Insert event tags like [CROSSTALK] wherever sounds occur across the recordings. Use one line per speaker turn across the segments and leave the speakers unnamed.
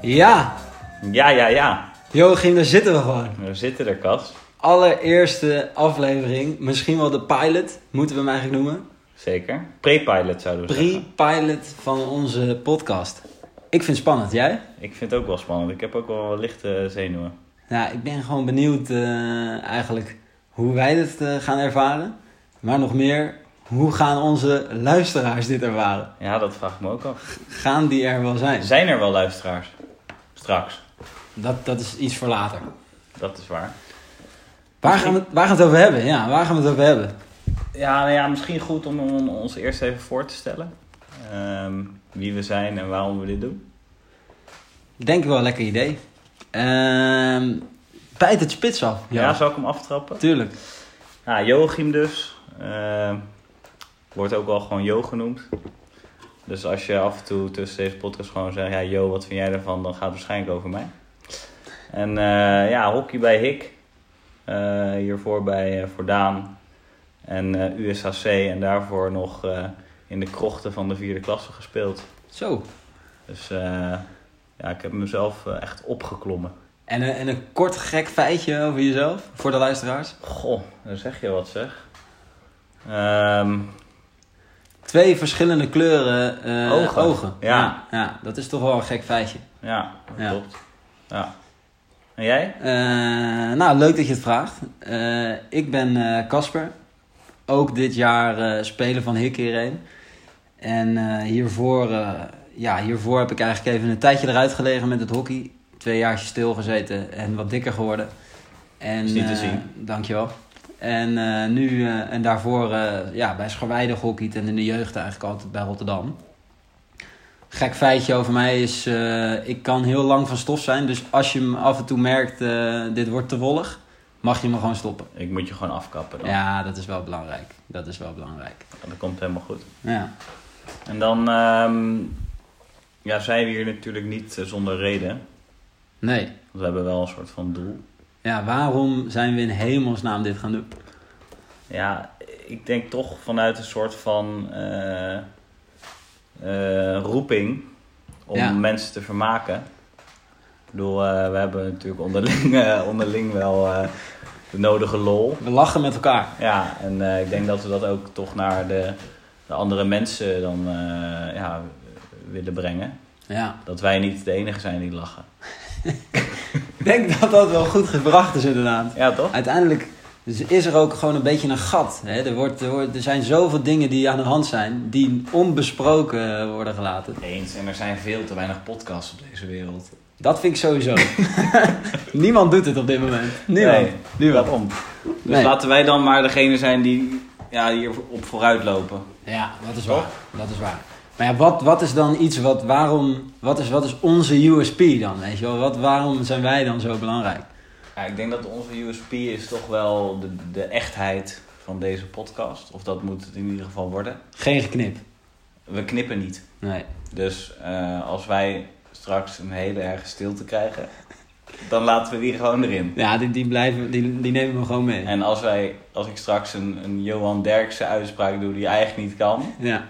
Ja,
Ja, ja, ja.
Joachim, daar zitten we gewoon.
We zitten er, Kas.
Allereerste aflevering, misschien wel de pilot, moeten we hem eigenlijk noemen.
Zeker. Pre-pilot zouden we zeggen.
Pre-pilot van onze podcast. Ik vind het spannend, jij?
Ik vind het ook wel spannend. Ik heb ook wel lichte zenuwen.
Nou, ik ben gewoon benieuwd eh, eigenlijk hoe wij dit eh, gaan ervaren. Maar nog meer, hoe gaan onze luisteraars dit ervaren?
Ja, dat vraag ik me ook af.
Gaan die er wel zijn?
Zijn er wel luisteraars? Straks.
Dat, dat is iets voor later.
Dat is waar.
Waar gaan, we, het- waar gaan we het over hebben? Ja, waar gaan we het over hebben?
Ja, nou ja misschien goed om, om ons eerst even voor te stellen. Ehm, wie we zijn en waarom we dit doen.
Denk ik wel een lekker idee. Ehm bijt het spits af.
Ja, zal ik hem aftrappen?
tuurlijk.
Nou, Joachim dus. Ehm, wordt ook wel gewoon Jo genoemd. Dus als je af en toe tussen deze podcast gewoon zegt... Ja, Jo, wat vind jij daarvan? Dan gaat het waarschijnlijk over mij. En eh, ja, hockey bij Hik. Eh, hiervoor bij eh, voor Daan En eh, USHC. En daarvoor nog eh, in de krochten van de vierde klasse gespeeld.
Zo.
Dus eh, ja, ik heb mezelf eh, echt opgeklommen.
En, een- en een kort gek feitje over jezelf, voor de luisteraars.
Goh, dan zeg je wat zeg. Ehm,
Twee verschillende kleuren eh,
Ogen. Ja.
ja. ja, dat is toch wel een gek feitje.
Ja, dat
Ja.
klopt. Ja. En jij?
Eh, nou, leuk dat je het vraagt. Eh, ik ben eh, Casper. Ook dit jaar eh, speler van Hik hierheen. En eh, hiervoor, eh, ja, hiervoor heb ik eigenlijk even een tijdje eruit gelegen met het hockey. Twee jaartjes stilgezeten en wat dikker geworden. En,
Is niet te
eh,
zien.
dankjewel. En, eh, nu, eh, en daarvoor eh, ja, bij Scharweide gehockeyd en in de jeugd eigenlijk altijd bij Rotterdam. Gek feitje over mij is, eh, ik kan heel lang van stof zijn. Dus als je me af en toe merkt, eh, dit wordt te wollig, mag je me gewoon stoppen.
Ik moet je gewoon afkappen dan.
Ja, dat is wel belangrijk. Dat is wel belangrijk.
Dat komt helemaal goed.
Ja.
En dan ehm, ja, zijn we hier natuurlijk niet eh, zonder reden.
Nee.
Want we hebben wel een soort van doel.
Ja, waarom zijn we in hemelsnaam dit gaan doen?
Ja, ik denk toch vanuit een soort van eh, eh, roeping om
Ja.
mensen te vermaken. Ik bedoel, eh, we hebben natuurlijk onderling, [LAUGHS] eh, onderling wel eh, de nodige lol.
We lachen met elkaar.
Ja, en eh, ik denk dat we dat ook toch naar de, de andere mensen dan eh, ja, willen brengen.
Ja.
Dat wij niet de enige zijn die lachen.
Ik denk dat dat wel goed gebracht is inderdaad.
Ja, toch?
Uiteindelijk dus is er ook gewoon een beetje een gat. Hè? Er, wordt, er, wordt- er zijn zoveel dingen die aan de hand zijn, die onbesproken eh, worden gelaten.
Eens, en er zijn veel te weinig podcasts op deze wereld.
Dat vind ik [LAUGHS] sowieso. Niemand doet het op dit moment. Niemand.
Nee, nu wel om. Dus
Nee.
laten wij dan maar degene zijn die ja, hier op vooruit lopen.
Ja, dat is waar. Dat is waar. Maar ja, wat, wat is dan iets wat, waarom, wat is, wat is onze USP dan, weet je wel? Wat, waarom zijn wij dan zo belangrijk?
Ja, ik denk dat onze USP is toch wel de, de echtheid van deze podcast. Of dat moet het in ieder geval worden.
Geen geknip.
We knippen niet.
Nee.
Dus eh, als wij straks een hele erge stilte krijgen, dan laten we die gewoon erin.
Ja, die, die, blijven, die, die nemen we gewoon mee.
En als, wij, als ik straks een, een Johan Derksen uitspraak doe die eigenlijk niet kan,
Ja.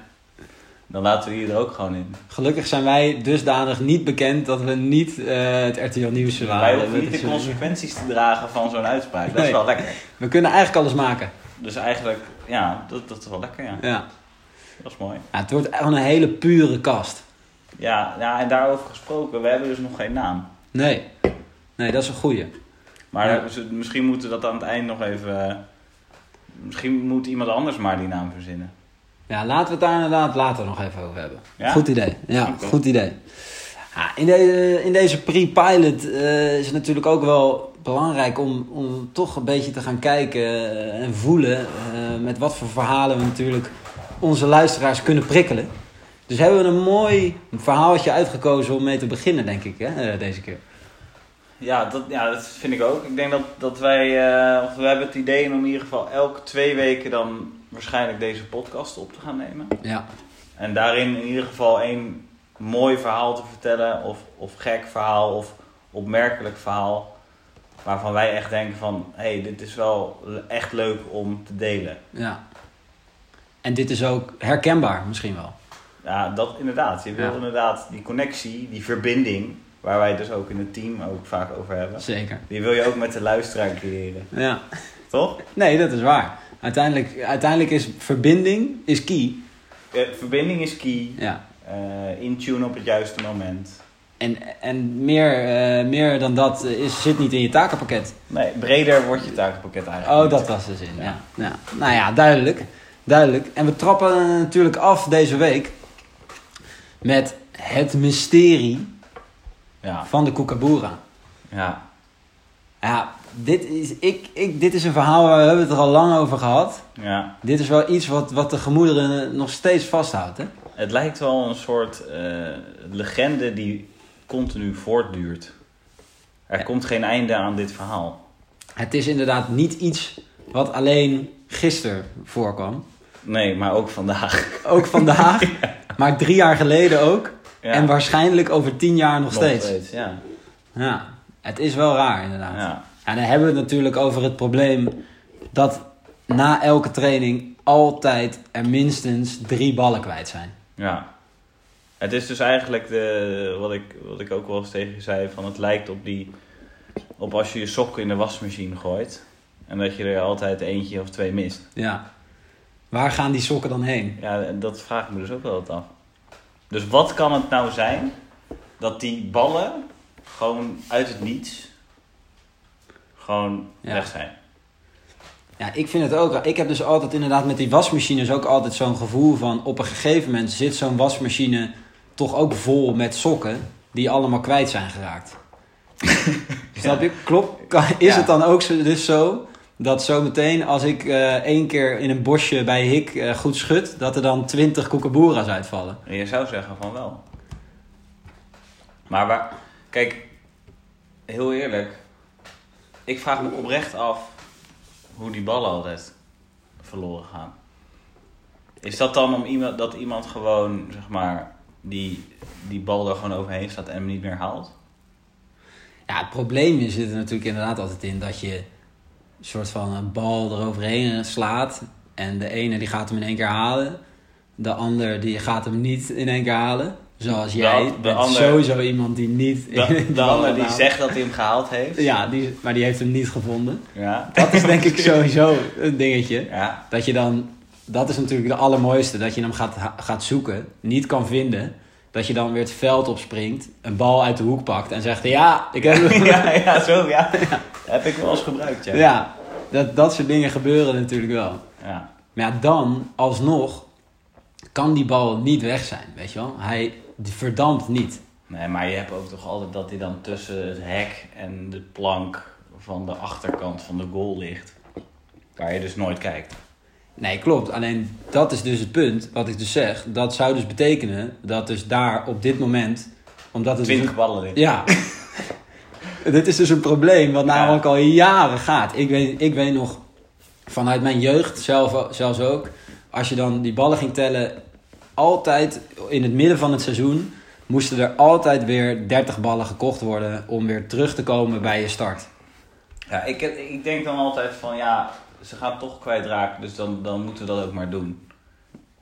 dan laten we die er ook gewoon in.
Gelukkig zijn wij dusdanig niet bekend dat we niet eh, het RTL Nieuws waren.
Dus wij hoeven niet
Dat
de
is-
consequenties te dragen van zo'n uitspraak. Dat is
Nee.
wel lekker.
we kunnen eigenlijk alles maken.
Dus eigenlijk, ja, dat, dat is wel lekker, ja.
Ja.
Dat is mooi.
Ja, het wordt gewoon een hele pure kast.
Ja, ja, en daarover gesproken, we hebben dus nog geen naam.
Nee. Nee, dat is een goeie.
Maar
Ja.
eh, ze- misschien moeten we dat aan het eind nog even... eh, misschien moet iemand anders maar die naam verzinnen.
Ja, laten we het daar inderdaad later nog even over hebben.
Ja?
Goed idee. Ja,
Oké.
goed idee. Ja, in, de, in deze pre-pilot eh, is het natuurlijk ook wel belangrijk om, om toch een beetje te gaan kijken eh, en voelen eh, met wat voor verhalen we natuurlijk onze luisteraars kunnen prikkelen. Dus hebben we een mooi verhaaltje uitgekozen om mee te beginnen, denk ik, hè, eh, deze keer.
Ja dat, ja, dat vind ik ook. Ik denk dat, dat wij, eh, of we hebben het idee om in ieder geval elke twee weken dan waarschijnlijk deze podcast op te gaan nemen.
Ja,
En daarin in ieder geval één mooi verhaal te vertellen, of, of gek verhaal, of opmerkelijk verhaal. Waarvan wij echt denken van, hé, hey, dit is wel le- echt leuk om te delen.
ja. En dit is ook herkenbaar misschien wel.
Ja, dat inderdaad. Je wil
Ja.
inderdaad die connectie, die verbinding. Waar wij het dus ook in het team ook vaak over hebben.
Zeker.
Die wil je ook met de luisteraar creëren.
Ja.
Toch?
Nee, dat is waar. Uiteindelijk, uiteindelijk is verbinding is key.
Eh, Verbinding is key.
Ja.
eh intune op het juiste moment.
En, en meer, eh, meer dan dat is, zit niet in je takenpakket.
Nee, breder wordt je takenpakket eigenlijk.
Oh, dat
niet.
was de zin. Ja.
Ja.
Ja. Nou ja, duidelijk. Duidelijk. En we trappen eh, natuurlijk af deze week met het mysterie
Ja.
van de Kookaburra.
ja.
Ja, dit is, ik, ik, dit is een verhaal waar we hebben het er al lang over gehad.
Ja.
Dit is wel iets wat, wat de gemoederen eh, nog steeds vasthoudt. Hè?
Het lijkt wel een soort eh, legende die continu voortduurt. Er
Ja.
komt geen einde aan dit verhaal.
Het is inderdaad niet iets wat alleen gisteren voorkwam.
Nee, maar ook vandaag.
Ook vandaag, [LAUGHS] maar drie jaar geleden ook.
Ja.
En waarschijnlijk over tien jaar nog, steeds.
ja.
Ja, het is wel raar inderdaad. Ja.
ja.
dan hebben we het natuurlijk over het probleem dat na elke training altijd er minstens drie ballen kwijt zijn.
Ja. Het is dus eigenlijk de, wat, ik, wat ik ook wel eens tegen je zei: van het lijkt op, die, op als je je sokken in de wasmachine gooit. En dat je er altijd eentje of twee mist.
Ja. Waar gaan die sokken dan heen?
Ja, en dat vraag ik me dus ook wel altijd af. Dus wat kan het nou zijn dat die ballen gewoon uit het niets gewoon
Ja.
weg zijn?
Ja, ik vind het ook. raar. Ik heb dus altijd inderdaad met die wasmachines ook altijd zo'n gevoel van... op een gegeven moment zit zo'n wasmachine toch ook vol met sokken... die allemaal kwijt zijn geraakt. Snap je? Klopt. Kan- Is
Ja.
het dan ook zo, dus zo dat zometeen als ik eh, één keer in een bosje bij Hik eh, goed schud... dat er dan twintig koekaboera's uitvallen?
En je zou zeggen van wel. Maar waar, kijk, heel eerlijk. Ik vraag me oprecht af hoe die ballen altijd verloren gaan. Is dat dan om iemand, dat iemand gewoon, zeg maar, die, die bal er gewoon overheen staat en hem niet meer haalt?
Ja, het probleem zit er natuurlijk inderdaad altijd in dat je een soort van een bal eroverheen slaat. En de ene die gaat hem in één keer halen. De ander die gaat hem niet in één keer halen. Zoals jij.
de
bent
ander-
sowieso iemand die niet. in
De, de
bal
ander die
haalt.
zegt dat hij hem gehaald heeft.
Ja, die, maar die heeft hem niet gevonden.
Ja.
Dat is
[LAUGHS]
denk ik sowieso een dingetje.
Ja. [LAUGHS]
Dat je dan, dat is natuurlijk de allermooiste, dat je hem gaat, gaat zoeken, niet kan vinden. Dat je dan weer het veld opspringt, een bal uit de hoek pakt en zegt: Ja, ik heb hem.
Ja, ja, zo ja. Heb ik wel eens gebruikt, ja.
Ja, dat, dat soort dingen gebeuren natuurlijk wel.
Ja.
Maar ja, dan, alsnog, kan die bal niet weg zijn, weet je wel. Hij verdampt niet.
Nee, maar je hebt ook toch altijd dat hij dan tussen het hek en de plank van de achterkant van de goal ligt. Waar je dus nooit kijkt.
Nee, klopt. Alleen dat is dus het punt wat ik dus zeg. Dat zou dus betekenen dat dus daar op dit moment... Omdat het dus een-
Twintig ballen in.
Ja. [LAUGHS] Dit is dus een probleem wat namelijk al jaren gaat. Ik weet, ik weet nog vanuit mijn jeugd zelf, zelfs ook. Als je dan die ballen ging tellen, altijd in het midden van het seizoen moesten er altijd weer 30 ballen gekocht worden om weer terug te komen bij je start.
Ja, ik, heb- ik denk dan altijd van ja, ze gaan toch kwijtraken, dus dan, dan moeten we dat ook maar doen.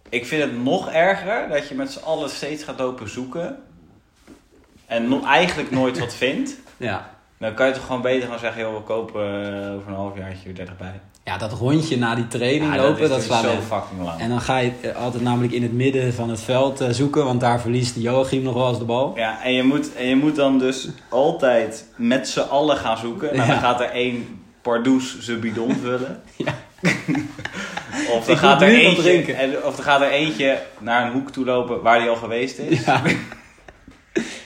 Ik vind het nog erger dat je met z'n allen steeds gaat lopen zoeken en no- eigenlijk nooit wat vindt.
Ja.
Dan kan je toch gewoon beter gaan zeggen, joh, we kopen eh, over een halfjaartje weer 30 bij.
ja, dat rondje na die training
Ja,
lopen, dat,
is dus
slaat
zo
nergens
fucking lang.
En dan ga je eh, altijd namelijk in het midden van het veld eh, zoeken, want daar verliest Joachim nog wel eens de bal.
Ja, en je, moet, en je moet dan dus altijd met z'n allen gaan zoeken. Nou, dan
Ja.
gaat er één pardoes
[LAUGHS]
zijn bidon vullen. [LAUGHS]
Ja.
of,
moet
dan gaat er
nu nog
eentje,
drinken.
en, of dan gaat er eentje naar een hoek toe lopen waar die al geweest is.
Ja. [LAUGHS]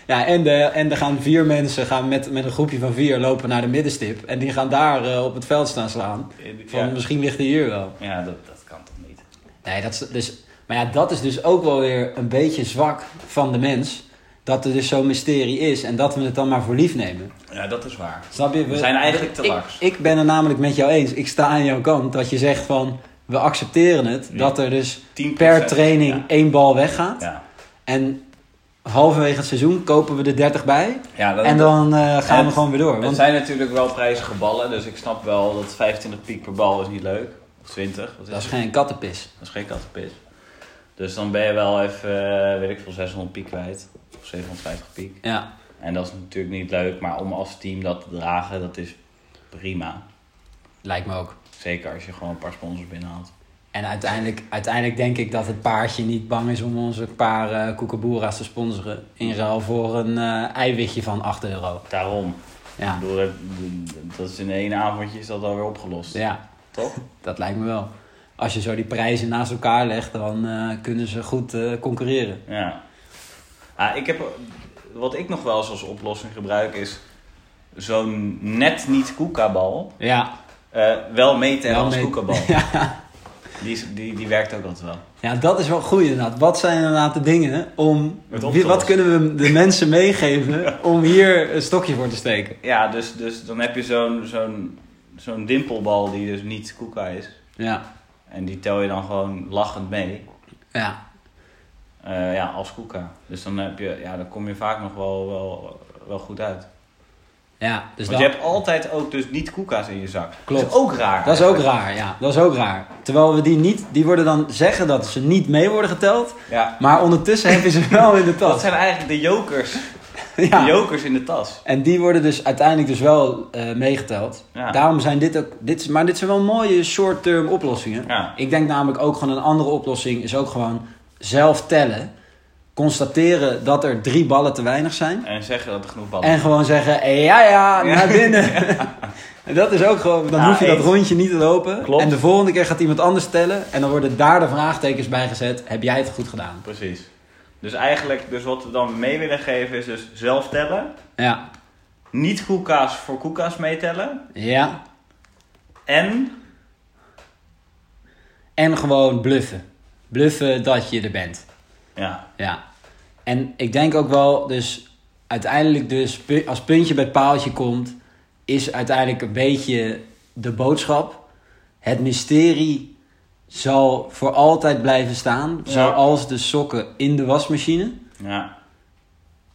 Ja, en, de, en er gaan vier mensen gaan met, met een groepje van vier lopen naar de middenstip. En die gaan daar eh, op het veld staan slaan. Van
Ja,
misschien ligt hij hier wel.
ja dat, dat kan toch niet.
Nee, dat is dus, maar ja, dat is dus ook wel weer een beetje zwak van de mens. Dat er dus zo'n mysterie is en dat we het dan maar voor lief nemen.
Ja, dat is waar.
Snap je?
We zijn eigenlijk te
ik,
laks.
Ik ben het namelijk met jou eens. Ik sta aan jouw kant dat je zegt van... We accepteren het
Ja.
dat er dus
10%,
per training
ja.
één bal weggaat.
Ja,
En halverwege het seizoen kopen we er 30 bij.
ja dat,
En dan eh, gaan
het-
we gewoon weer door.
Het
Want
zijn natuurlijk wel prijzige ballen, dus ik snap wel dat 25 piek per bal is niet leuk. Of 20. Wat is
dat is
het?
geen kattenpis.
Dat is geen kattenpis. Dus dan ben je wel even, eh, weet ik veel, 600 piek kwijt. Of 750 piek.
Ja.
En dat is natuurlijk niet leuk, maar om als team dat te dragen, dat is prima.
Lijkt me ook.
Zeker als je gewoon een paar sponsors binnenhaalt.
En uiteindelijk, uiteindelijk denk ik dat het paardje niet bang is om onze paar eh koekeboera's te sponsoren. In ruil voor een eh, eiwitje van 8 euro.
Daarom. Ik
Ja.
bedoel, dat- dat is in één avondje is dat alweer opgelost.
ja,
Toch?
dat lijkt me wel. Als je zo die prijzen naast elkaar legt, dan eh, kunnen ze goed eh, concurreren.
Ja. Ah, ik heb, wat ik nog wel eens als oplossing gebruik is zo'n net niet koekabal.
Ja,
eh, wel meetellen
Wel
als
mee-
koekabal.
[LAUGHS] ja.
Die, is- die, die werkt ook altijd wel.
ja, dat is wel goed inderdaad. Wat zijn inderdaad de dingen om...
Het op te
wie- Wat
lossen.
kunnen
[LAUGHS]
we de mensen meegeven om hier een stokje voor te steken?
Ja, dus, dus dan heb je zo'n zo'n zo'n dimpelbal die dus niet koeka is.
Ja,
En die tel je dan gewoon lachend mee.
ja.
eh, ja, als koeka. Dus dan, heb je, ja, dan kom je vaak nog wel, wel, wel goed uit.
Dus ja. Dus
Want
dat-
je hebt altijd ook dus niet koeka's in je zak.
Klopt.
Dat is ook raar.
Dat is ook
eigenlijk.
raar, ja. Dat is ook raar. Terwijl we die niet, die worden dan zeggen dat ze niet mee worden geteld,
Ja.
maar ondertussen hebben ze wel in de
Dat
tas.
zijn eigenlijk de jokers. De
[LAUGHS] Ja.
jokers in de tas.
En die worden dus uiteindelijk dus wel eh, meegeteld.
Ja.
Daarom zijn dit ook, dit, is- maar dit zijn wel mooie short-term oplossingen.
Ja.
Ik denk namelijk ook gewoon een andere oplossing is ook gewoon zelf tellen, constateren dat er drie ballen te weinig zijn
En zeggen dat er genoeg ballen
en gewoon zeggen, eh, ja ja,
Ja.
naar binnen. En [LAUGHS] Dat is ook gewoon, dan
Ja,
hoef je dat
eens.
rondje niet te lopen.
Klopt.
En de volgende keer gaat iemand anders tellen. En dan worden daar de vraagtekens bij gezet. Heb jij het goed gedaan?
Precies. Dus eigenlijk, dus wat we dan mee willen geven is dus zelf tellen.
Ja.
Niet koeka's voor koeka's meetellen.
Ja.
En
En gewoon bluffen. Bluffen dat je er bent.
ja,
Ja. En ik denk ook wel, dus uiteindelijk dus, pu- als puntje bij paaltje komt, is uiteindelijk een beetje de boodschap. Het mysterie zal voor altijd blijven staan.
Ja.
Zoals de sokken in de wasmachine.
ja,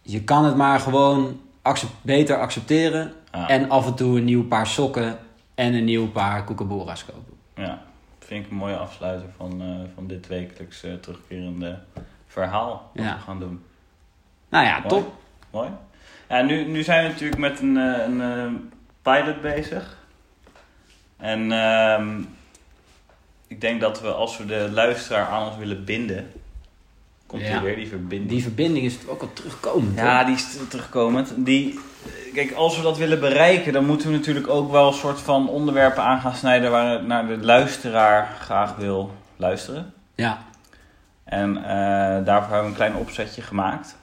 Je kan het maar gewoon accep- beter accepteren.
Ja.
En af en toe een nieuw paar sokken en een nieuw paar koekebora's kopen.
ja. Vind ik een mooie afsluiter van, eh, van dit wekelijks eh, terugkerende verhaal. Wat
Ja.
we gaan doen.
Nou ja,
Mooi.
top.
Mooi. Ja, nu, nu zijn we natuurlijk met een, eh, een eh, pilot bezig. En ehm, ik denk dat we als we de luisteraar aan ons willen binden, komt
Ja.
hij weer, die verbinding.
Die verbinding is ook al terugkomend.
Ja,
hoor.
die is terugkomend. Die, kijk, als we dat willen bereiken, dan moeten we natuurlijk ook wel een soort van onderwerpen aan gaan snijden waar het naar de luisteraar graag wil luisteren.
ja.
En eh, daarvoor hebben we een klein opzetje gemaakt.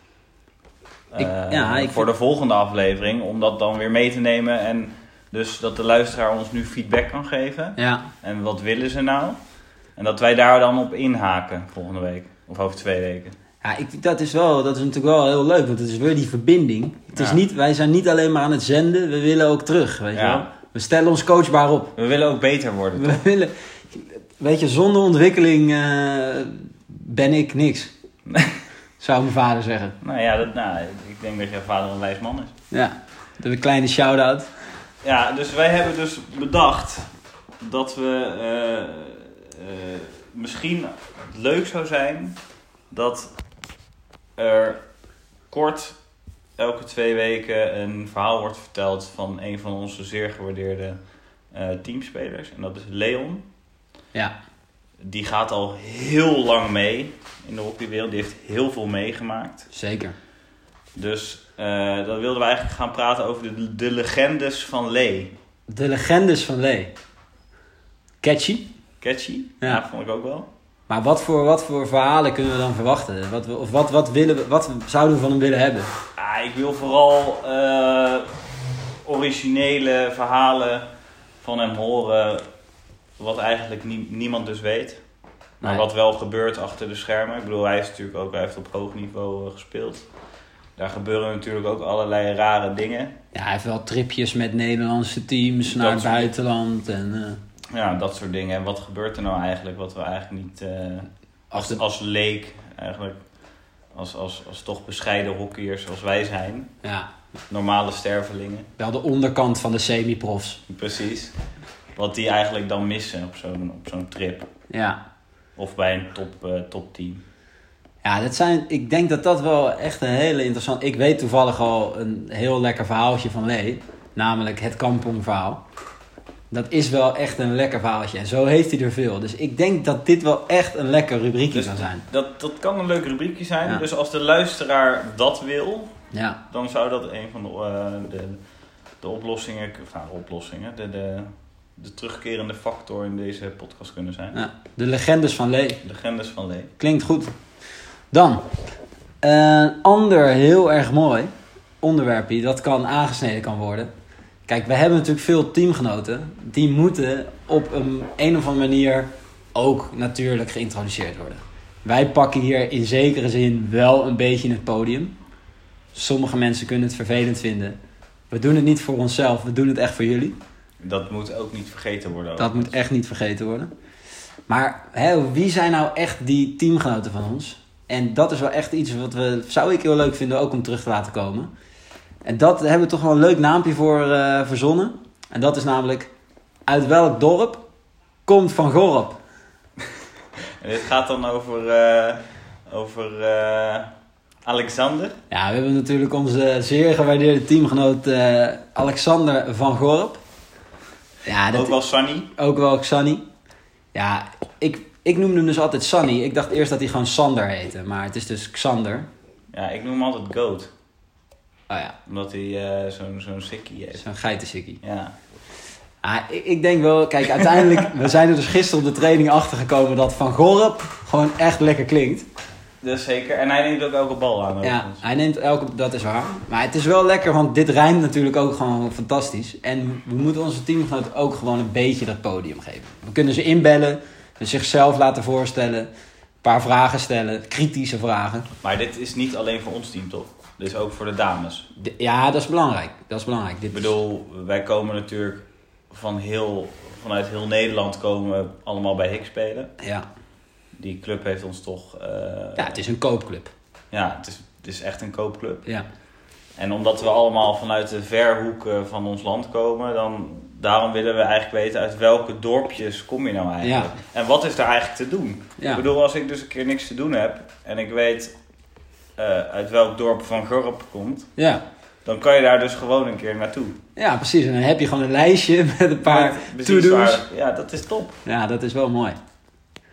Ik-
Eh,
ja, ik
voor de volgende aflevering, om dat dan weer mee te nemen. En dus dat de luisteraar ons nu feedback kan geven.
ja.
En wat willen ze nou? En dat wij daar dan op inhaken volgende week. Of over twee weken.
Ja, ik, dat, is wel, dat is natuurlijk wel heel leuk, want het is weer die verbinding. Het is
Ja.
niet, wij zijn niet alleen maar aan het zenden, we willen ook terug. Weet je
Ja.
wel? We stellen ons coachbaar op.
We willen ook beter worden.
We willen, weet je, zonder ontwikkeling eh, ben ik
[LAUGHS]
niks. Zou mijn vader zeggen.
Nou ja, dat, nou, ik denk dat jouw vader een wijs man is.
Ja, een kleine shout-out.
Ja, dus wij hebben dus bedacht dat we eh, eh, misschien het leuk zou zijn dat er kort elke twee weken een verhaal wordt verteld van een van onze zeer gewaardeerde eh, teamspelers. En dat is Leon.
Ja,
Die gaat al heel lang mee in de hockeywereld. Die heeft heel veel meegemaakt.
zeker.
Dus eh, dan wilden we eigenlijk gaan praten over de, de legendes van Lee.
De legendes van Lee. Catchy.
Catchy?
Ja.
Ja. vond ik ook wel.
Maar wat voor, wat voor verhalen kunnen we dan verwachten? Wat, we- of wat, wat, willen we, wat zouden we van hem willen hebben?
Ah, ik wil vooral eh, originele verhalen van hem horen. Wat eigenlijk nie- niemand dus weet. Maar
Nee.
wat wel gebeurt achter de schermen. Ik bedoel, hij is natuurlijk ook, hij heeft op hoog niveau eh, gespeeld. Daar gebeuren natuurlijk ook allerlei rare dingen.
Ja, hij heeft wel tripjes met Nederlandse teams
Dat
naar het
soort-
buitenland. En, eh,
Ja, dat soort dingen. En wat gebeurt er nou eigenlijk? Wat we eigenlijk niet. eh,
als de-
als leek eigenlijk, als, als, als toch bescheiden hockeyers als wij zijn,
ja,
normale stervelingen,
wel de onderkant van de semi-profs.
precies, wat die eigenlijk dan missen op zo'n op zo'n trip
Ja.
of bij een top, eh, topteam.
Ja, dat zijn, ik denk dat dat wel echt een hele interessant... Ik weet toevallig al een heel lekker verhaaltje van Lee. Namelijk het kampongverhaal. Dat is wel echt een lekker verhaaltje. En zo heeft hij er veel. Dus ik denk dat dit wel echt een lekker rubriekje
Dus-
kan zijn.
Dat, dat kan een leuk rubriekje zijn.
Ja.
Dus als de luisteraar dat wil,
Ja,
dan zou dat een van de, eh, de, de oplossingen, of nou, oplossingen, de, de, de terugkerende factor in deze podcast kunnen zijn.
ja. de legendes van Lee.
Legendes van Lee.
Klinkt goed. Dan, een ander heel erg mooi onderwerpje dat kan aangesneden kan worden. Kijk, we hebben natuurlijk veel teamgenoten. Die moeten op een, een of andere manier ook natuurlijk geïntroduceerd worden. Wij pakken hier in zekere zin wel een beetje het podium. Sommige mensen kunnen het vervelend vinden. We doen het niet voor onszelf, we doen het echt voor jullie.
Dat moet ook niet vergeten worden.
Dat moet echt niet vergeten worden. Maar hè, wie zijn nou echt die teamgenoten van ons? En dat is wel echt iets wat we, zou ik heel leuk vinden, ook om terug te laten komen. En dat hebben we toch wel een leuk naampje voor eh, verzonnen. En dat is namelijk, uit welk dorp komt Van Gorp?
En dit gaat dan over, eh, over eh, Alexander.
Ja, we hebben natuurlijk onze zeer gewaardeerde teamgenoot eh, Alexander Van Gorp. Ja,
ook wel Sunny.
Ook wel Sunny. Ja, ik, ik noemde hem dus altijd Sunny. Ik dacht eerst dat hij gewoon Sander heette, maar het is dus Xander.
Ja, ik noem hem altijd Goat.
Oh ja,
Omdat hij eh, zo'n zo'n sikkie heeft.
zo'n geitensikkie.
Ja.
Ah, ik, ik denk wel, kijk, uiteindelijk, we zijn er dus gisteren op de training achter gekomen dat Van Gorp gewoon echt lekker klinkt.
Dat is zeker. En hij neemt ook elke bal aan.
Ja,
overigens.
hij neemt elke, dat is waar. Maar het is wel lekker, want dit rijmt natuurlijk ook gewoon fantastisch. En we moeten onze teamgenoot ook gewoon een beetje dat podium geven. We kunnen ze inbellen, zichzelf laten voorstellen, een paar vragen stellen, kritische vragen.
Maar dit is niet alleen voor ons team, toch? Dit is ook voor de dames.
De- ja, dat is belangrijk. Dat is belangrijk. Dit
Ik bedoel, wij komen natuurlijk van heel, vanuit heel Nederland komen we allemaal bij Hik spelen.
is- ja.
Die club heeft ons toch... eh,
ja, het is een koopclub.
ja, het is, het is echt een koopclub.
Ja.
En omdat we allemaal vanuit de verhoeken van ons land komen, dan daarom willen we eigenlijk weten uit welke dorpjes kom je nou eigenlijk. En wat is daar eigenlijk te doen?
Ja.
Ik bedoel, als ik dus een keer niks te doen heb en ik weet eh, uit welk dorp Van Gorp komt,
ja.
dan kan je daar dus gewoon een keer naartoe.
Ja, precies. En dan heb je gewoon een lijstje [LAUGHS] met een paar to-do's.
Met bezienswaardig- Ja, dat is top.
Ja, dat is wel mooi.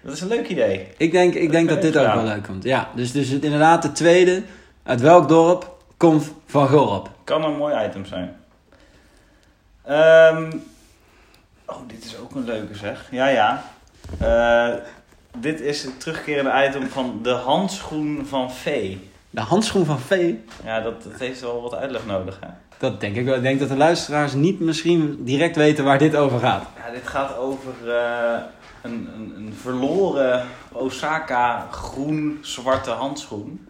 Dat is een leuk idee.
Ik denk, ik denk
kan
dat
ik
dit ook wel
graag.
leuk komt. Ja, dus, dus het, inderdaad de tweede. Uit welk dorp komt Van Gorp?
Kan een mooi item zijn. Ehm, oh, dit is ook een leuke zeg. Ja, ja. Eh, dit is het terugkerende item van de handschoen van Vee.
De handschoen van Vee?
Ja, dat, dat heeft wel wat uitleg nodig, hè?
Dat denk ik wel. Ik denk dat de luisteraars niet misschien direct weten waar dit over gaat. [LAUGHS]
Ja, dit gaat over eh, een, een, een verloren Osaka groen-zwarte handschoen.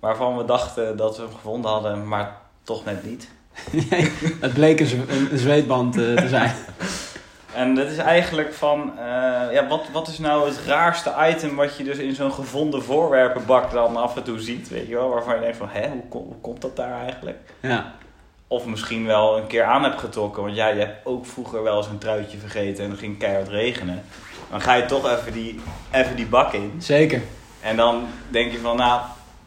Waarvan we dachten dat we hem gevonden hadden, maar toch net niet.
het bleek een, zwe- een, een zweetband eh, te zijn. [LAUGHS]
En dat is eigenlijk van, eh, ja, wat, wat is nou het raarste item wat je dus in zo'n gevonden voorwerpenbak dan af en toe ziet, weet je wel? Waarvan je denkt van, hè, hoe, kom- hoe komt dat daar eigenlijk?
Ja,
Of misschien wel een keer aan hebt getrokken, want ja, je hebt ook vroeger wel eens een truitje vergeten en dan ging keihard regenen. Dan ga je toch even die, even die bak in.
zeker.
En dan denk je van, nou,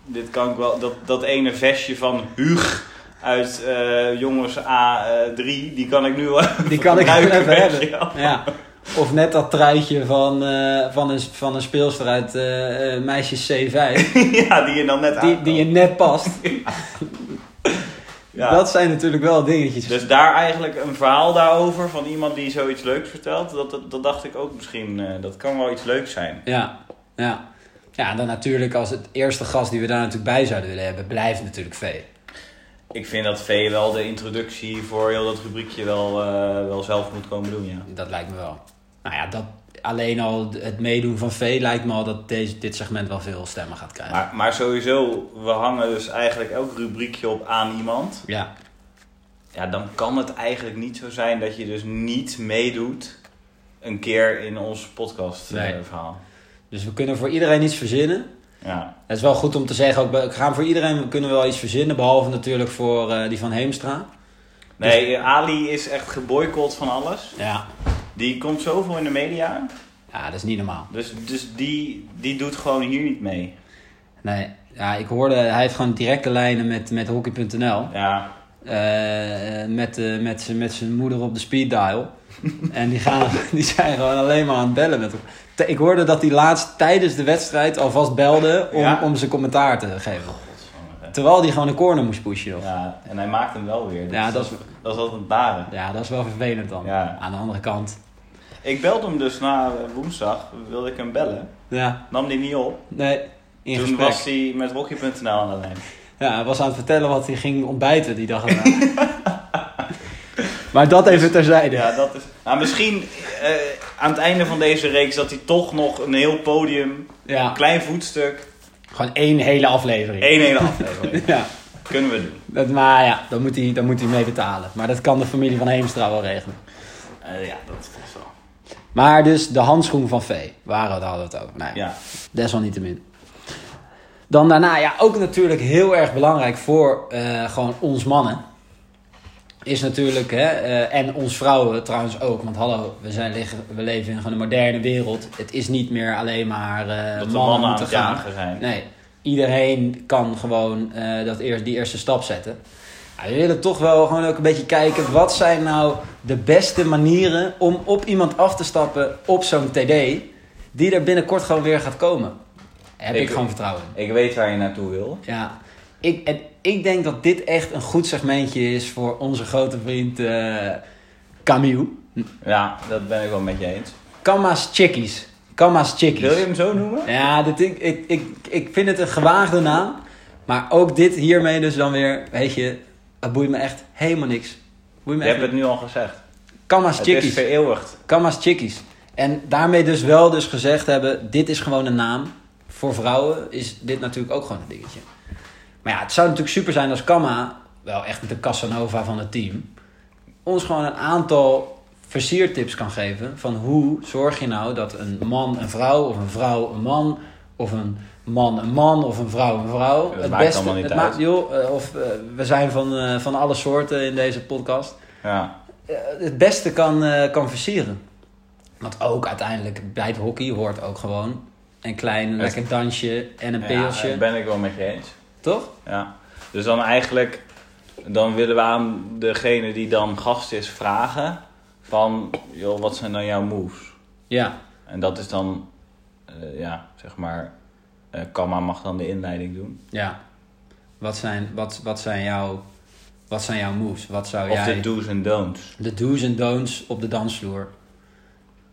dit kan ik wel, dat, dat ene vestje van Huug uit eh, jongens A3, die kan ik nu wel
Die kan ik
gebruiken,
even
weet
hebben.
je wel.
Ja. Of net dat truitje van, eh, van, een, van een speelster uit eh, eh, Meisjes C5.
[LAUGHS] Ja, die je dan net
Die, die je
aankoopt.
net past.
Ja.
Dat zijn natuurlijk wel dingetjes.
Dus daar eigenlijk een verhaal daarover van iemand die zoiets leuks vertelt. Dat, dat, dat dacht ik ook misschien, eh, dat kan wel iets leuks zijn.
Ja, ja. Ja, en dan natuurlijk als het eerste gast die we daar natuurlijk bij zouden willen hebben, blijft natuurlijk Vee.
Ik vind dat Vee wel de introductie voor heel dat rubriekje wel, eh, wel zelf moet komen doen, ja.
Dat lijkt me wel. Nou ja, dat, alleen al het meedoen van Vee lijkt me al dat deze, dit segment wel veel stemmen gaat krijgen.
Maar, maar sowieso, we hangen dus eigenlijk elk rubriekje op aan iemand.
Ja,
Ja, dan kan het eigenlijk niet zo zijn dat je dus niet meedoet een keer in ons podcast eh,
Nee.
verhaal.
dus we kunnen voor iedereen iets verzinnen.
Ja,
Het is wel goed om te zeggen, ook, we gaan voor iedereen, we kunnen wel iets verzinnen, behalve natuurlijk voor eh, die van Heemstra. Dus-
nee, Ali is echt geboycott van alles.
Ja.
Die komt zoveel in de media.
Ja, dat is niet normaal.
Dus, dus die, die doet gewoon hier niet mee.
Nee, ja, ik hoorde, hij heeft gewoon directe lijnen met, met hockey.nl.
Ja,
Eh, eh, met, eh, met, z'n- met zijn moeder op de speed
[LAUGHS]
dial. en die, gaan, die zijn gewoon alleen maar aan het bellen met elkaar. Te- Ik hoorde dat hij laatst tijdens de wedstrijd alvast belde om,
Ja?
om zijn commentaar te geven.
godsamme.
Terwijl hij gewoon een corner moest pushen. joh. Ja,
ja, en hij maakt hem wel weer.
Ja, dat is-
dat is altijd baren.
dat is wel vervelend dan.
Ja.
Aan de andere kant.
Ik belde hem dus na eh, woensdag, wilde ik hem bellen.
Ja,
Nam die niet op.
nee. In
Toen
gesprek.
was hij met Rocky.nl aan de lijn.
Ja, hij was aan het vertellen wat hij ging ontbijten die dag. erna.
[LAUGHS]
maar dat even terzijde.
Ja, dat is... Nou, misschien eh, aan het einde van deze reeks dat hij toch nog een heel podium, een
Ja,
klein voetstuk,
gewoon één hele aflevering.
één hele
[LAUGHS]
aflevering.
Ja,
Kunnen we doen.
dat, maar ja, dan moet, hij, dan moet hij mee betalen. Maar dat kan de familie van Heemstra wel regelen.
Eh, ja, dat is wel.
Maar dus de handschoen van Vee, waar hadden we het over. Nou ja,
Ja,
desalniettemin. Dan daarna, ja, ook natuurlijk heel erg belangrijk voor eh, gewoon ons mannen. Is natuurlijk, hè, eh, en ons vrouwen trouwens ook. Want hallo, we, zijn, liggen- we leven in gewoon een moderne wereld. Het is niet meer alleen maar eh
dat
mannen,
de mannen aan
moeten
het
gaan.
jagen zijn.
Nee, iedereen kan gewoon eh, dat eerst, die eerste stap zetten. Ja, we willen toch wel gewoon ook een beetje kijken... wat zijn nou de beste manieren om op iemand af te stappen op zo'n TD... die er binnenkort gewoon weer gaat komen. Daar heb ik,
Ik-
gewoon vertrouwen in.
Ik weet waar je naartoe wil.
Ja, ik, en ik denk dat dit echt een goed segmentje is voor onze grote vriend eh Camille.
Ja, dat ben ik wel met je eens.
Kama's Chickies. Kama's Chickies.
Wil je hem zo noemen?
Ja, dit, ik, ik, ik, ik vind het een gewaagde naam. Maar ook dit hiermee dus dan weer, weet je, het boeit me echt helemaal niks. Boeit
Je
me
hebt
echt
het nu al gezegd.
niks. Kama's
Het is
chickies.
vereeuwigd.
Kama's chickies. En daarmee dus wel dus gezegd hebben, dit is gewoon een naam. Voor vrouwen is dit natuurlijk ook gewoon een dingetje. Maar ja, het zou natuurlijk super zijn als Kama, wel echt de Casanova van het team, ons gewoon een aantal versiertips kan geven van hoe zorg je nou dat een man een vrouw of een vrouw een man of een man een man of een vrouw een vrouw
Dat maakt allemaal niet
het
uit.
maakt joh eh, of eh, we zijn van, eh, van alle soorten in deze podcast
Ja.
eh, het beste kan, eh, kan versieren. Want ook uiteindelijk bij het hockey hoort ook gewoon een klein lekker dansje en een
Ja,
peeltje.
dat ben ik wel met je eens.
Toch?
Ja. Dus dan eigenlijk, dan willen we aan degene die dan gast is vragen van, joh, wat zijn dan jouw moves?
Ja.
En dat is dan, eh, ja, zeg maar, eh Kama mag dan de inleiding doen.
ja. Wat, zijn, wat, wat, zijn jouw, wat zijn jouw moves? Wat zou
Of
jij...
de do's en don'ts.
de do's en don'ts op de dansvloer.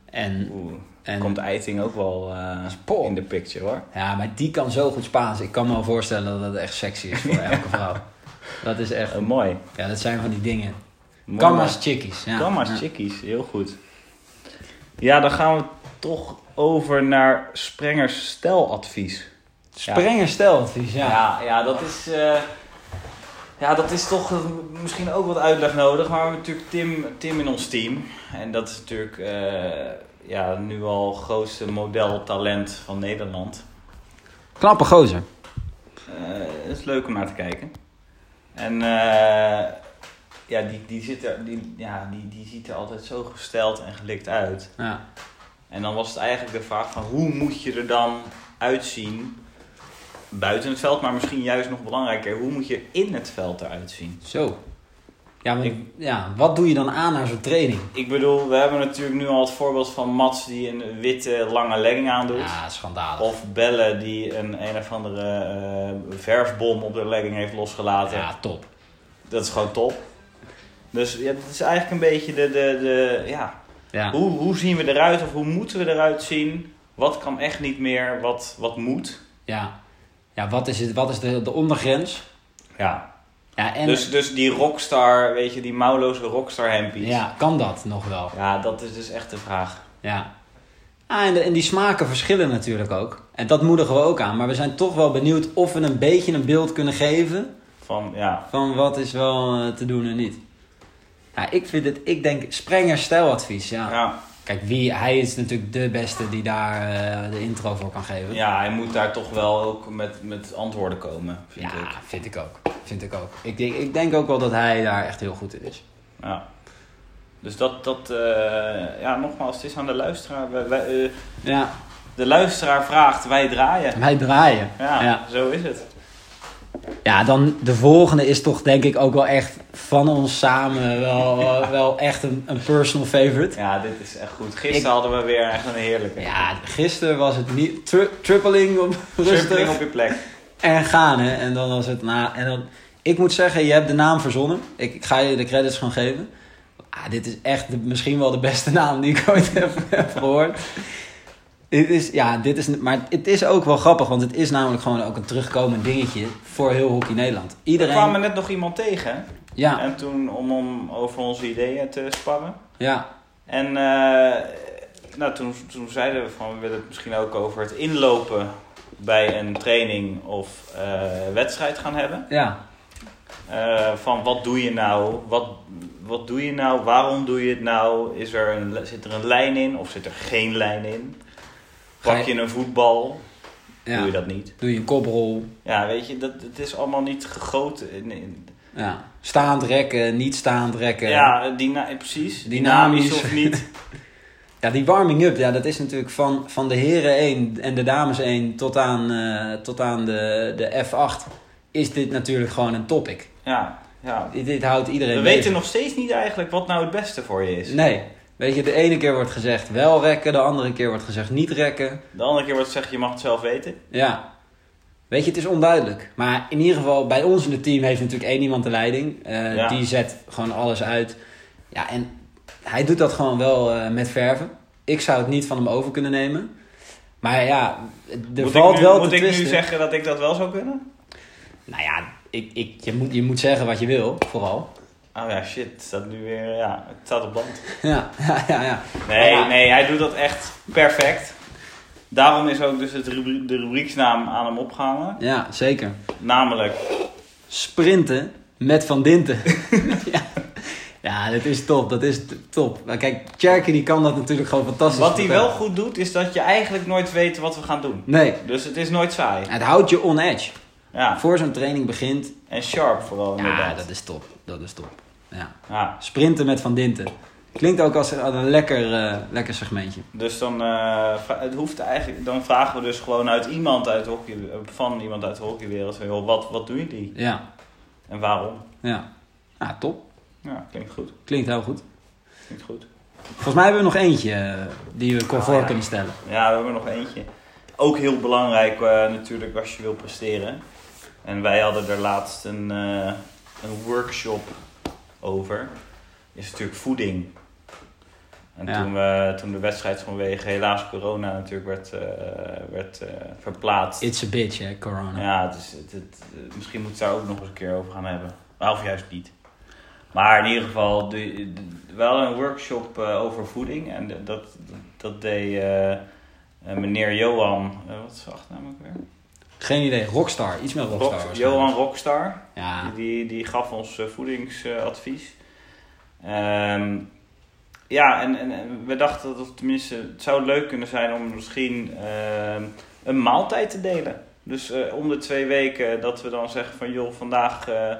En,
Oeh,
en
komt Eiting ook wel eh,
Paul.
in de picture hoor.
Ja, maar die kan zo goed Spaans. Ik kan me al voorstellen dat het echt sexy is voor
[LAUGHS]
elke vrouw. Dat is echt...
Eh, mooi.
Ja, dat zijn van die dingen.
Mooi,
Kamma's chickies. Ja.
Kamma's
Ja.
chickies, heel goed. Ja, dan gaan we toch over naar Sprengers steladvies.
Sprenger steladvies, ja.
Ja, ja, dat is. eh, ja, dat is toch eh, misschien ook wat uitleg nodig. Maar we hebben natuurlijk Tim, Tim in ons team. En dat is natuurlijk eh, ja, nu al grootste modeltalent van Nederland.
Knappe gozer.
Eh, Het is leuk om naar te kijken. En eh, ja, die, die, zit er, die, ja die, die ziet er altijd zo gesteld en gelikt uit.
Ja.
En dan was het eigenlijk de vraag van hoe moet je er dan uitzien buiten het veld, maar misschien juist nog belangrijker, hoe moet je in het veld eruit zien?
Zo. Ja, want,
Ik-
ja, wat doe je dan aan naar zo'n training?
Ik bedoel, we hebben natuurlijk nu al het voorbeeld van Mats die een witte lange legging aandoet.
Ja, schandalig.
Of Belle die een een of andere eh, verfbom op de legging heeft losgelaten.
Ja, top.
Dat is gewoon top. Dus ja, dat is eigenlijk een beetje de, de, de ja,
Ja.
Hoe, hoe zien we eruit of hoe moeten we eruit zien? Wat kan echt niet meer, wat, wat moet?
Ja, ja wat is, het, wat is de, de ondergrens?
Ja,
Ja, en,
Dus, dus die rockstar, weet je, die mouwloze rockstar hempies.
ja, kan dat nog wel?
Ja, dat is dus echt de vraag.
Ja. Ah, en, de- en die smaken verschillen natuurlijk ook. En dat moedigen we ook aan. Maar we zijn toch wel benieuwd of we een beetje een beeld kunnen geven
Van, ja,
van wat is wel eh, te doen en niet. Ja, ik vind het, ik denk, Sprenger stijladvies, ja.
ja,
Kijk, wie, hij is natuurlijk de beste die daar eh, de intro voor kan geven.
ja, hij moet daar toch wel ook met, met antwoorden komen, vind
ja,
ik.
vind ik ook. Vind ik ook. Ik denk, ik denk ook wel dat hij daar echt heel goed in is.
Ja. Dus dat, dat eh, ja, nogmaals, het is aan de luisteraar. Wij, wij, eh,
Ja,
de luisteraar vraagt, wij draaien.
Wij draaien.
Ja,
Ja.
zo is het.
Ja, dan de volgende is toch denk ik ook wel echt van ons samen wel, wel- eh, wel echt een, een personal favorite.
Ja, dit is echt goed. Gisteren hadden we weer echt een heerlijke.
Ja, gisteren was het niet tri- trippeling op
Trippeling
rustig
op je plek.
en gaan hè. En dan was het na en dan ik moet zeggen, je hebt de naam verzonnen. Ik, ik ga je de credits gewoon geven. Ah, dit is echt de- misschien wel de beste naam die ik ooit heb, heb gehoord. Dit is, ja, dit is, maar het is ook wel grappig, want het is namelijk gewoon ook een terugkomend dingetje voor heel Hockey Nederland. Iedereen,
We kwamen net nog iemand tegen.
ja,
En toen om, om over onze ideeën te sparren.
ja,
En eh, nou, toen, toen zeiden we van we willen het misschien ook over het inlopen bij een training of eh, wedstrijd gaan hebben.
Ja,
Eh, van wat doe je nou? Wat, wat doe je nou? Waarom doe je het nou? Is er een, zit er een lijn in of zit er geen lijn in?
Ga
Pak
je-
je een voetbal?
ja.
Doe je dat niet?
Doe je een koprol.
Ja, weet je, dat, het is allemaal niet gegoten. in- in-
Ja. Staand rekken, niet staand rekken.
Ja, dyna- precies.
Dynamisch.
Dynamisch of niet.
Ja, die warming-up, ja, dat is natuurlijk van, van de heren 1 en de dames 1 tot aan, eh, tot aan de, de F8 is dit natuurlijk gewoon een topic.
Ja, ja.
Dit, dit houdt iedereen
We
bezig.
weten nog steeds niet eigenlijk wat nou het beste voor je is.
Nee. Weet je, de ene keer wordt gezegd wel rekken, de andere keer wordt gezegd niet rekken.
De andere keer wordt gezegd, je mag het zelf weten.
Ja. Weet je, het is onduidelijk. Maar in ieder geval, bij ons in het team heeft natuurlijk één iemand de leiding. Eh,
Ja.
Die zet gewoon alles uit. Ja, en hij doet dat gewoon wel eh, met verven. Ik zou het niet van hem over kunnen nemen. Maar ja, er
moet
valt
ik nu,
wel
Moet
te
ik
twisten.
nu zeggen dat ik dat wel zou kunnen?
Nou ja, ik, ik, je, moet, je moet zeggen wat je wil, vooral. [LAUGHS]
Oh ja, shit. Het staat nu weer... Ja, het staat op band.
Ja, ja, ja. ja.
Nee,
Ja.
nee. Hij doet dat echt perfect. Daarom is ook dus het rubrie- de rubrieksnaam aan hem opgehangen.
ja zeker.
Namelijk...
sprinten met Van
[LAUGHS]
Dinten. ja. ja, dat is top. Dat is t- top. Maar kijk, Cherky die kan dat natuurlijk gewoon fantastisch.
Wat hij wel
vertellen.
goed doet, is dat je eigenlijk nooit weet wat we gaan doen.
Nee,
Dus het is nooit saai.
het houdt je on edge.
Ja.
Voor zo'n training begint.
En sharp vooral
Ja,
inderdaad.
dat is top. Dat is top. Ja.
Ja.
Sprinten met Van Dinten. Klinkt ook als een, als een lekker, eh, lekker segmentje.
Dus dan, eh, vra- het hoeft eigenlijk, dan vragen we dus gewoon uit iemand uit de hockey, van iemand uit de hockeywereld van, joh, wat, wat doen jullie
Ja,
en waarom?
ja. Ja, top.
Ja, klinkt goed.
Klinkt heel goed.
Klinkt goed.
Volgens mij hebben we nog eentje eh, die we voor
Ah, ja.
kunnen stellen.
Ja, we hebben nog eentje. Ook heel belangrijk eh, natuurlijk als je wil presteren. En wij hadden er laatst een, eh, een workshop over. Is natuurlijk voeding. En
Ja.
toen, we, toen de wedstrijd vanwege helaas corona natuurlijk werd, eh, werd eh, verplaatst.
It's a bitch, hè, corona.
Ja, het is, het, het- eh, misschien moeten we het daar ook nog eens een keer over gaan hebben. Nou, Of juist niet. Maar in ieder geval, de, de- wel een workshop eh, over voeding. En de- dat, dat deed eh, eh, meneer Johan, eh, wat is zijn achternaam ook weer?
Geen idee. Rockstar. Iets meer rockstar.
Rock-
waarschijnlijk.
Johan Rockstar.
Ja.
Die, die, die gaf ons eh, voedingsadvies. Ehm, ja, en, en, en we dachten dat of tenminste, het zou leuk kunnen zijn om misschien ehm, een maaltijd te delen. Dus eh, om de twee weken dat we dan zeggen van joh, vandaag eh,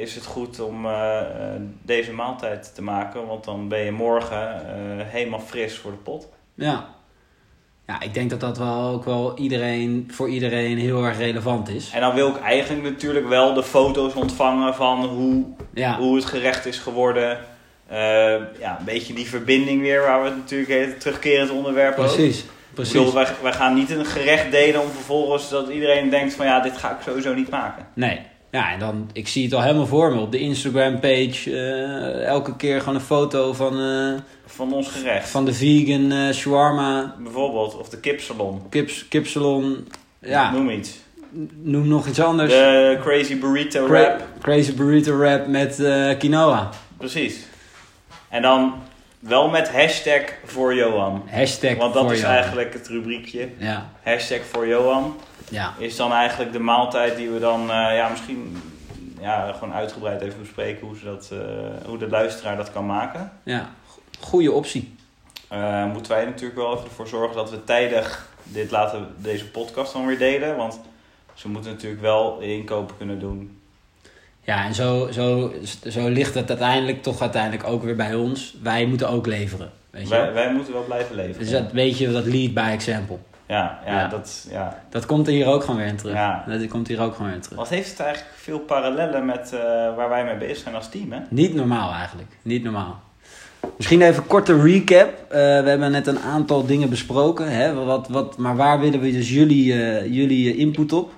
is het goed om eh, eh, deze maaltijd te maken. Want dan ben je morgen eh, helemaal fris voor de pot.
Ja. Ja, ik denk dat dat wel ook wel iedereen, voor iedereen heel erg relevant is.
En dan wil ik eigenlijk natuurlijk wel de foto's ontvangen van hoe,
Ja,
hoe het gerecht is geworden. Eh, ja, een beetje die verbinding weer, waar we het natuurlijk het terugkerend onderwerp over-
precies.
Ik bedoel,
Precies.
wij, wij gaan niet een gerecht delen om vervolgens dat iedereen denkt van ja, dit ga ik sowieso niet maken.
Nee. Ja, en dan, ik zie het al helemaal voor me op de Instagram-page. eh, elke keer gewoon een foto van, eh,
Van ons gerecht.
van de vegan eh shawarma,
Bijvoorbeeld, of de kipsalon.
kips, kipsalon. Ja,
Noem iets.
noem nog iets anders.
De crazy burrito
Cra-
wrap.
Crazy burrito wrap met eh, quinoa.
Precies. En dan wel met hashtag voor Johan.
Hashtag
Want dat
voor
is
jou.
eigenlijk het rubriekje.
Ja,
Hashtag voor Johan.
ja,
is dan eigenlijk de maaltijd die we dan eh, ja, misschien ja, gewoon uitgebreid even bespreken hoe, ze dat, eh, hoe de luisteraar dat kan maken.
ja. Goeie optie.
Eh, moeten wij natuurlijk wel even ervoor zorgen dat we tijdig dit laten, deze podcast dan weer delen. Want ze moeten natuurlijk wel inkopen kunnen doen.
Ja, en zo, zo, zo ligt het uiteindelijk toch uiteindelijk ook weer bij ons. Wij moeten ook leveren. Weet je?
Wij, wij moeten wel blijven leven.
Dus dat weet je, dat lead by example.
Ja, ja,
Ja.
dat... Ja.
Dat komt hier ook gewoon weer in terug.
Ja.
Dat komt hier ook gewoon weer in terug.
Wat heeft het eigenlijk veel parallellen met eh, waar wij mee bezig zijn als team, hè?
Niet normaal eigenlijk. Niet normaal. Misschien even een korte recap. Eh, we hebben net een aantal dingen besproken. Hè? Wat, wat, maar waar willen we dus jullie, eh, jullie eh, input op?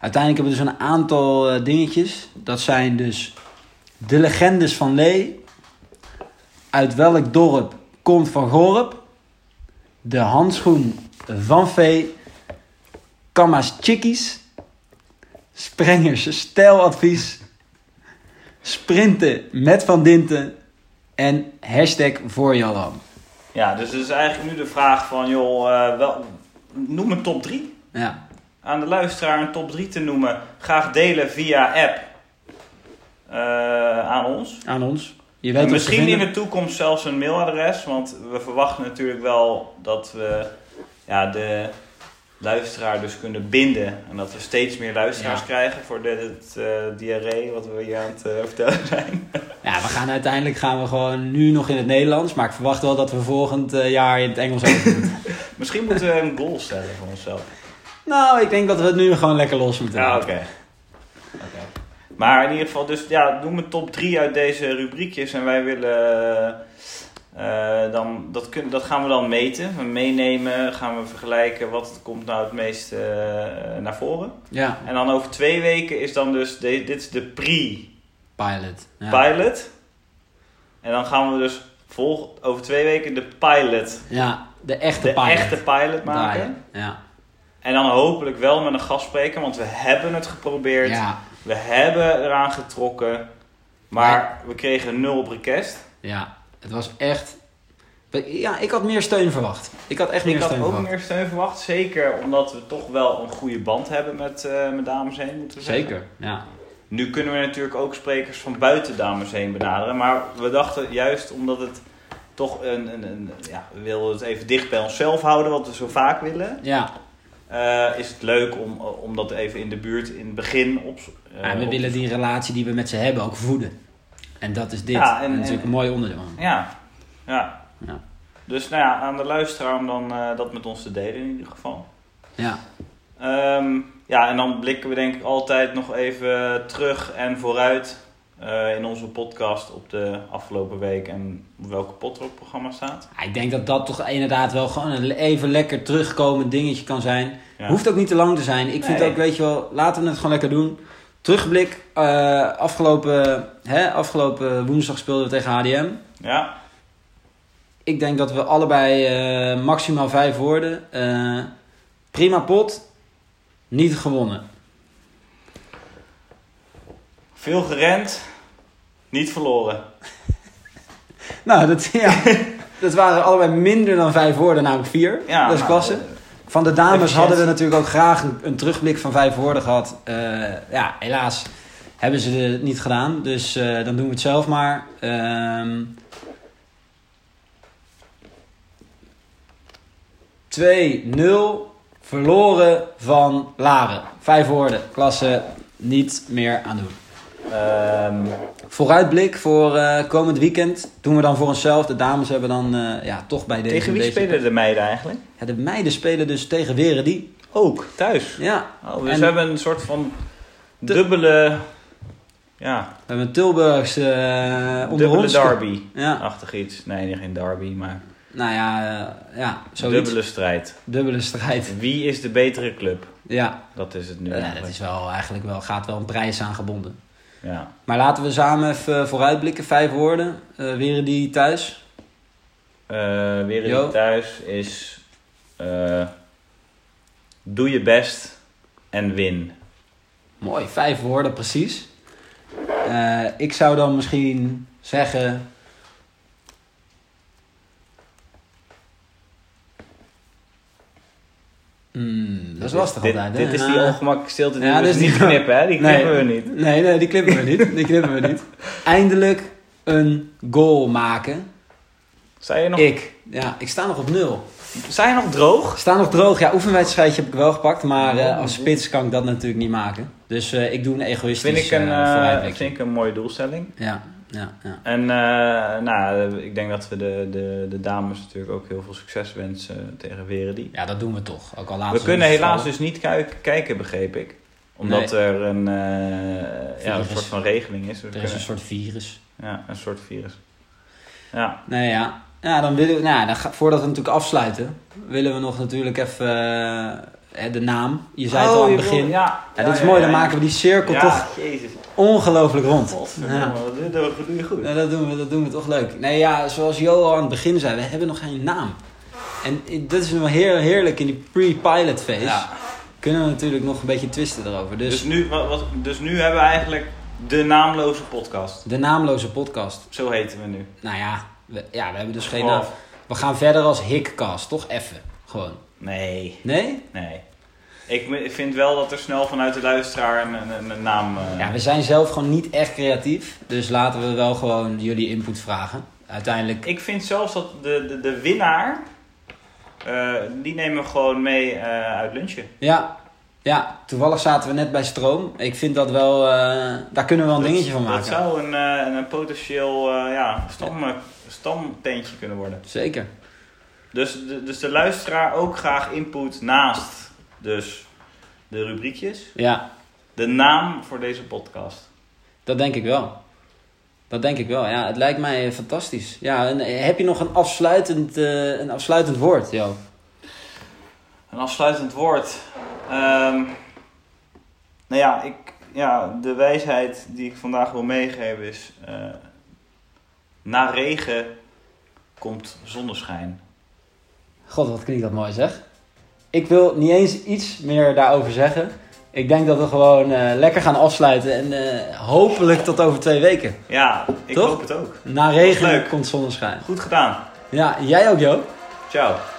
Uiteindelijk hebben we dus een aantal eh, dingetjes. Dat zijn dus de legendes van Lee. Uit welk dorp komt Van Gorp? De handschoen van Vee. Kamma's Chickies. Sprengers stijladvies. Sprinten met Van Dinten. En hashtag voor Jalan.
Ja, dus het is eigenlijk nu de vraag van, joh, eh, wel, noem een top 3.
Ja.
Aan de luisteraar een top 3 te noemen. Graag delen via app eh, aan ons.
Aan ons. Je
En
weet
misschien in de toekomst zelfs een mailadres, want we verwachten natuurlijk wel dat we ja, de luisteraar dus kunnen binden. En dat we steeds meer luisteraars
Ja.
krijgen voor dit, het eh, diarree wat we hier aan het eh, vertellen [LAUGHS] zijn.
Ja, we gaan uiteindelijk gaan we gewoon nu nog in het Nederlands. Maar ik verwacht wel dat we volgend eh, jaar in het Engels ook doen.
[LAUGHS] Misschien moeten we een goal stellen voor onszelf.
nou, ik denk dat we het nu gewoon lekker los moeten
Ja, Ah, oké.
laten.
Oké. Maar in ieder geval, dus ja, noem een top 3 uit deze rubriekjes en wij willen. eh, dan, dat, kun, dat gaan we dan meten, we meenemen, gaan we vergelijken wat komt nou het meest eh, naar voren.
Ja,
En dan over twee weken is dan dus, de- dit is de pre-pilot.
pilot. Ja.
En dan gaan we dus volg, over twee weken de pilot,
Ja, de echte
de
pilot.
echte pilot maken.
Draaien. Ja.
En dan hopelijk wel met een gastspreker, want we hebben het geprobeerd.
Ja.
We hebben eraan getrokken, maar we kregen nul op request.
ja, het was echt... Ja, ik had meer steun verwacht. Ik had echt meer
Ik had ook
steun verwacht.
meer steun verwacht, zeker omdat we toch wel een goede band hebben met, eh, met Dames Heen, moeten we zeggen.
Zeker, ja.
Nu kunnen we natuurlijk ook sprekers van buiten Dames Heen benaderen, maar we dachten juist omdat het toch een, een, een ja, we wilden het even dicht bij onszelf houden, wat we zo vaak willen,
Ja,
eh, is het leuk om, om dat even in de buurt in het begin op, eh,
Maar Ah, we
op-
willen die relatie die we met ze hebben ook voeden. En dat is dit.
Ja, en-
en, natuurlijk
en-
een mooi onderdeel. van.
Ja, ja.
Ja.
Dus nou ja, aan de luisteraar om dan eh, dat met ons te delen in ieder geval.
Ja,
Ehm, ja, en dan blikken we denk ik altijd nog even terug en vooruit eh, in onze podcast op de afgelopen week en welke pot er op het programma staat.
Ja, Ah, ik denk dat dat toch inderdaad wel gewoon een even lekker terugkomend dingetje kan zijn.
Ja.
Hoeft ook niet te lang te zijn. Ik vind
Nee.
ook, weet je wel, laten we het gewoon lekker doen. Terugblik, eh, afgelopen, hè, afgelopen woensdag speelden we tegen HDM.
Ja,
Ik denk dat we allebei eh, maximaal vijf woorden. Eh, prima pot, niet gewonnen.
veel gerend, niet verloren.
Nou, dat,
[LAUGHS]
ja, dat waren allebei minder dan vijf woorden, namelijk vier.
Ja,
dat is
nou,
klasse.
eh,
Van de dames
Efficiënt.
hadden we natuurlijk ook graag een, een terugblik van vijf woorden gehad. Eh, ja, helaas hebben ze het niet gedaan. Dus eh, dan doen we het zelf maar. Ehm, ...2-0 verloren van Laren. Vijf woorden, klasse, niet meer aan doen.
ehm,
Vooruitblik voor eh, komend weekend doen we dan voor onszelf. De dames hebben dan eh, ja, toch bij deze...
tegen wie
deze-
spelen de meiden eigenlijk?
Ja, de meiden spelen dus tegen Weren die.
Ook, thuis.
Ja,
Oh, dus
En-
we hebben een soort van dubbele, ja,
We hebben Tilburgs eh onder
dubbele
ons.
derby.
Ja,
achtig iets. Nee, niet geen derby, maar
nou ja, eh, ja zoiets. Dubbele.
dubbele strijd.
strijd.
Wie is de betere club?
Ja,
Dat is het nu.
ja,
eigenlijk.
Eh, dat is wel eigenlijk wel, gaat wel een prijs aan gebonden.
ja.
Maar laten we samen even vooruitblikken. Vijf woorden. Eh Weren die thuis.
Eh, weer in
Jo.
thuis is. eh, doe je best en win.
Mooi, vijf woorden precies. Eh, ik zou dan misschien zeggen... Hmm, dat is lastig
dit,
altijd. hè?
Dit is die
Ja.
ongemakkelijke stilte die
Ja,
we
dit is
dus
[LAUGHS]
niet
die-
knippen, hè? Die
Nee.
knippen we niet.
Nee, nee, die knippen we niet. Die knippen we
[LAUGHS]
niet. Eindelijk een goal maken.
Zijn je nog,
Ik. Ja, ik sta nog op nul.
zijn je nog droog?
Ik sta nog droog. Ja, oefenwedstrijdje heb ik wel gepakt. Maar eh, als spits kan ik dat natuurlijk niet maken. Dus eh, ik doe een egoïstisch
Vind ik een,
eh,
eh,
vooruitblikje.
vind ik een mooie doelstelling.
Ja, ja, ja.
En eh, nou, ik denk dat we de, de, de dames natuurlijk ook heel veel succes wensen tegen Weredi.
Ja, dat doen we toch. Ook al laten
We
ze
kunnen
ons
helaas
vallen.
dus niet kuik- kijken, begreep ik. Omdat er een, eh, ja, een
Virus.
soort van regeling is. Dus
Er
we
is een
kunnen-
soort virus.
ja, een soort virus. Ja,
Nou ja, ja dan willen we, nou, ja, dan ga- voordat we natuurlijk afsluiten, willen we nog natuurlijk even eh, hè, de naam. Oh, Je zei het al
Oh,
aan het begin. Ja, dit is mooi, dan maken we die cirkel toch
Jezus,
ongelooflijk rond. Ja.
dat doe je goed.
Nou, dat, doen we, dat doen we toch leuk. Nee, ja, zoals Jo al aan het begin zei, we hebben nog geen naam. En i- dat is wel heer, heerlijk in die pre-pilot phase.
Ja.
Kunnen we natuurlijk nog een beetje twisten erover. Dus,
Dus, nu, wat, wat- dus nu hebben we eigenlijk de naamloze podcast.
de naamloze podcast.
Zo heten we nu.
Nou ja, we, ja, we hebben dus geen
Oh.
naam. We gaan verder als Hickcast, toch? Even, gewoon.
Nee.
Nee?
Nee. Ik me- ik vind wel dat er snel vanuit de luisteraar een, een, een naam... eh,
Ja, we zijn zelf gewoon niet echt creatief. Dus laten we wel gewoon jullie input vragen. Uiteindelijk,
Ik vind zelfs dat de, de, de winnaar... eh, die nemen we gewoon mee eh, uit lunchen.
ja, ja, toevallig zaten we net bij Stroom. Ik vind dat wel, eh, daar kunnen we wel een
Dat-
dingetje van
Dat
maken.
zou een, eh, een potentieel eh, ja, stam, stamtentje kunnen worden.
Zeker.
Dus de, dus de luisteraar ook graag input naast dus de rubriekjes.
Ja,
De naam voor deze podcast.
Dat denk ik wel. Dat denk ik wel. Ja, het lijkt mij eh, fantastisch. Ja, en eh, heb je nog een afsluitend, eh, een afsluitend woord, Jo?
Een afsluitend woord. Ehm, nou ja, ik, ja, de wijsheid die ik vandaag wil meegeven is... eh, na regen komt zonneschijn.
God, wat klinkt dat mooi zeg. Ik wil niet eens iets meer daarover zeggen. Ik denk dat we gewoon eh, lekker gaan afsluiten. En eh, hopelijk tot over twee weken.
Ja, ik
Toch?
hoop het ook.
Na regen
leuk.
komt zonneschijn.
Goed gedaan.
Ja, jij ook, Jo?
Ciao.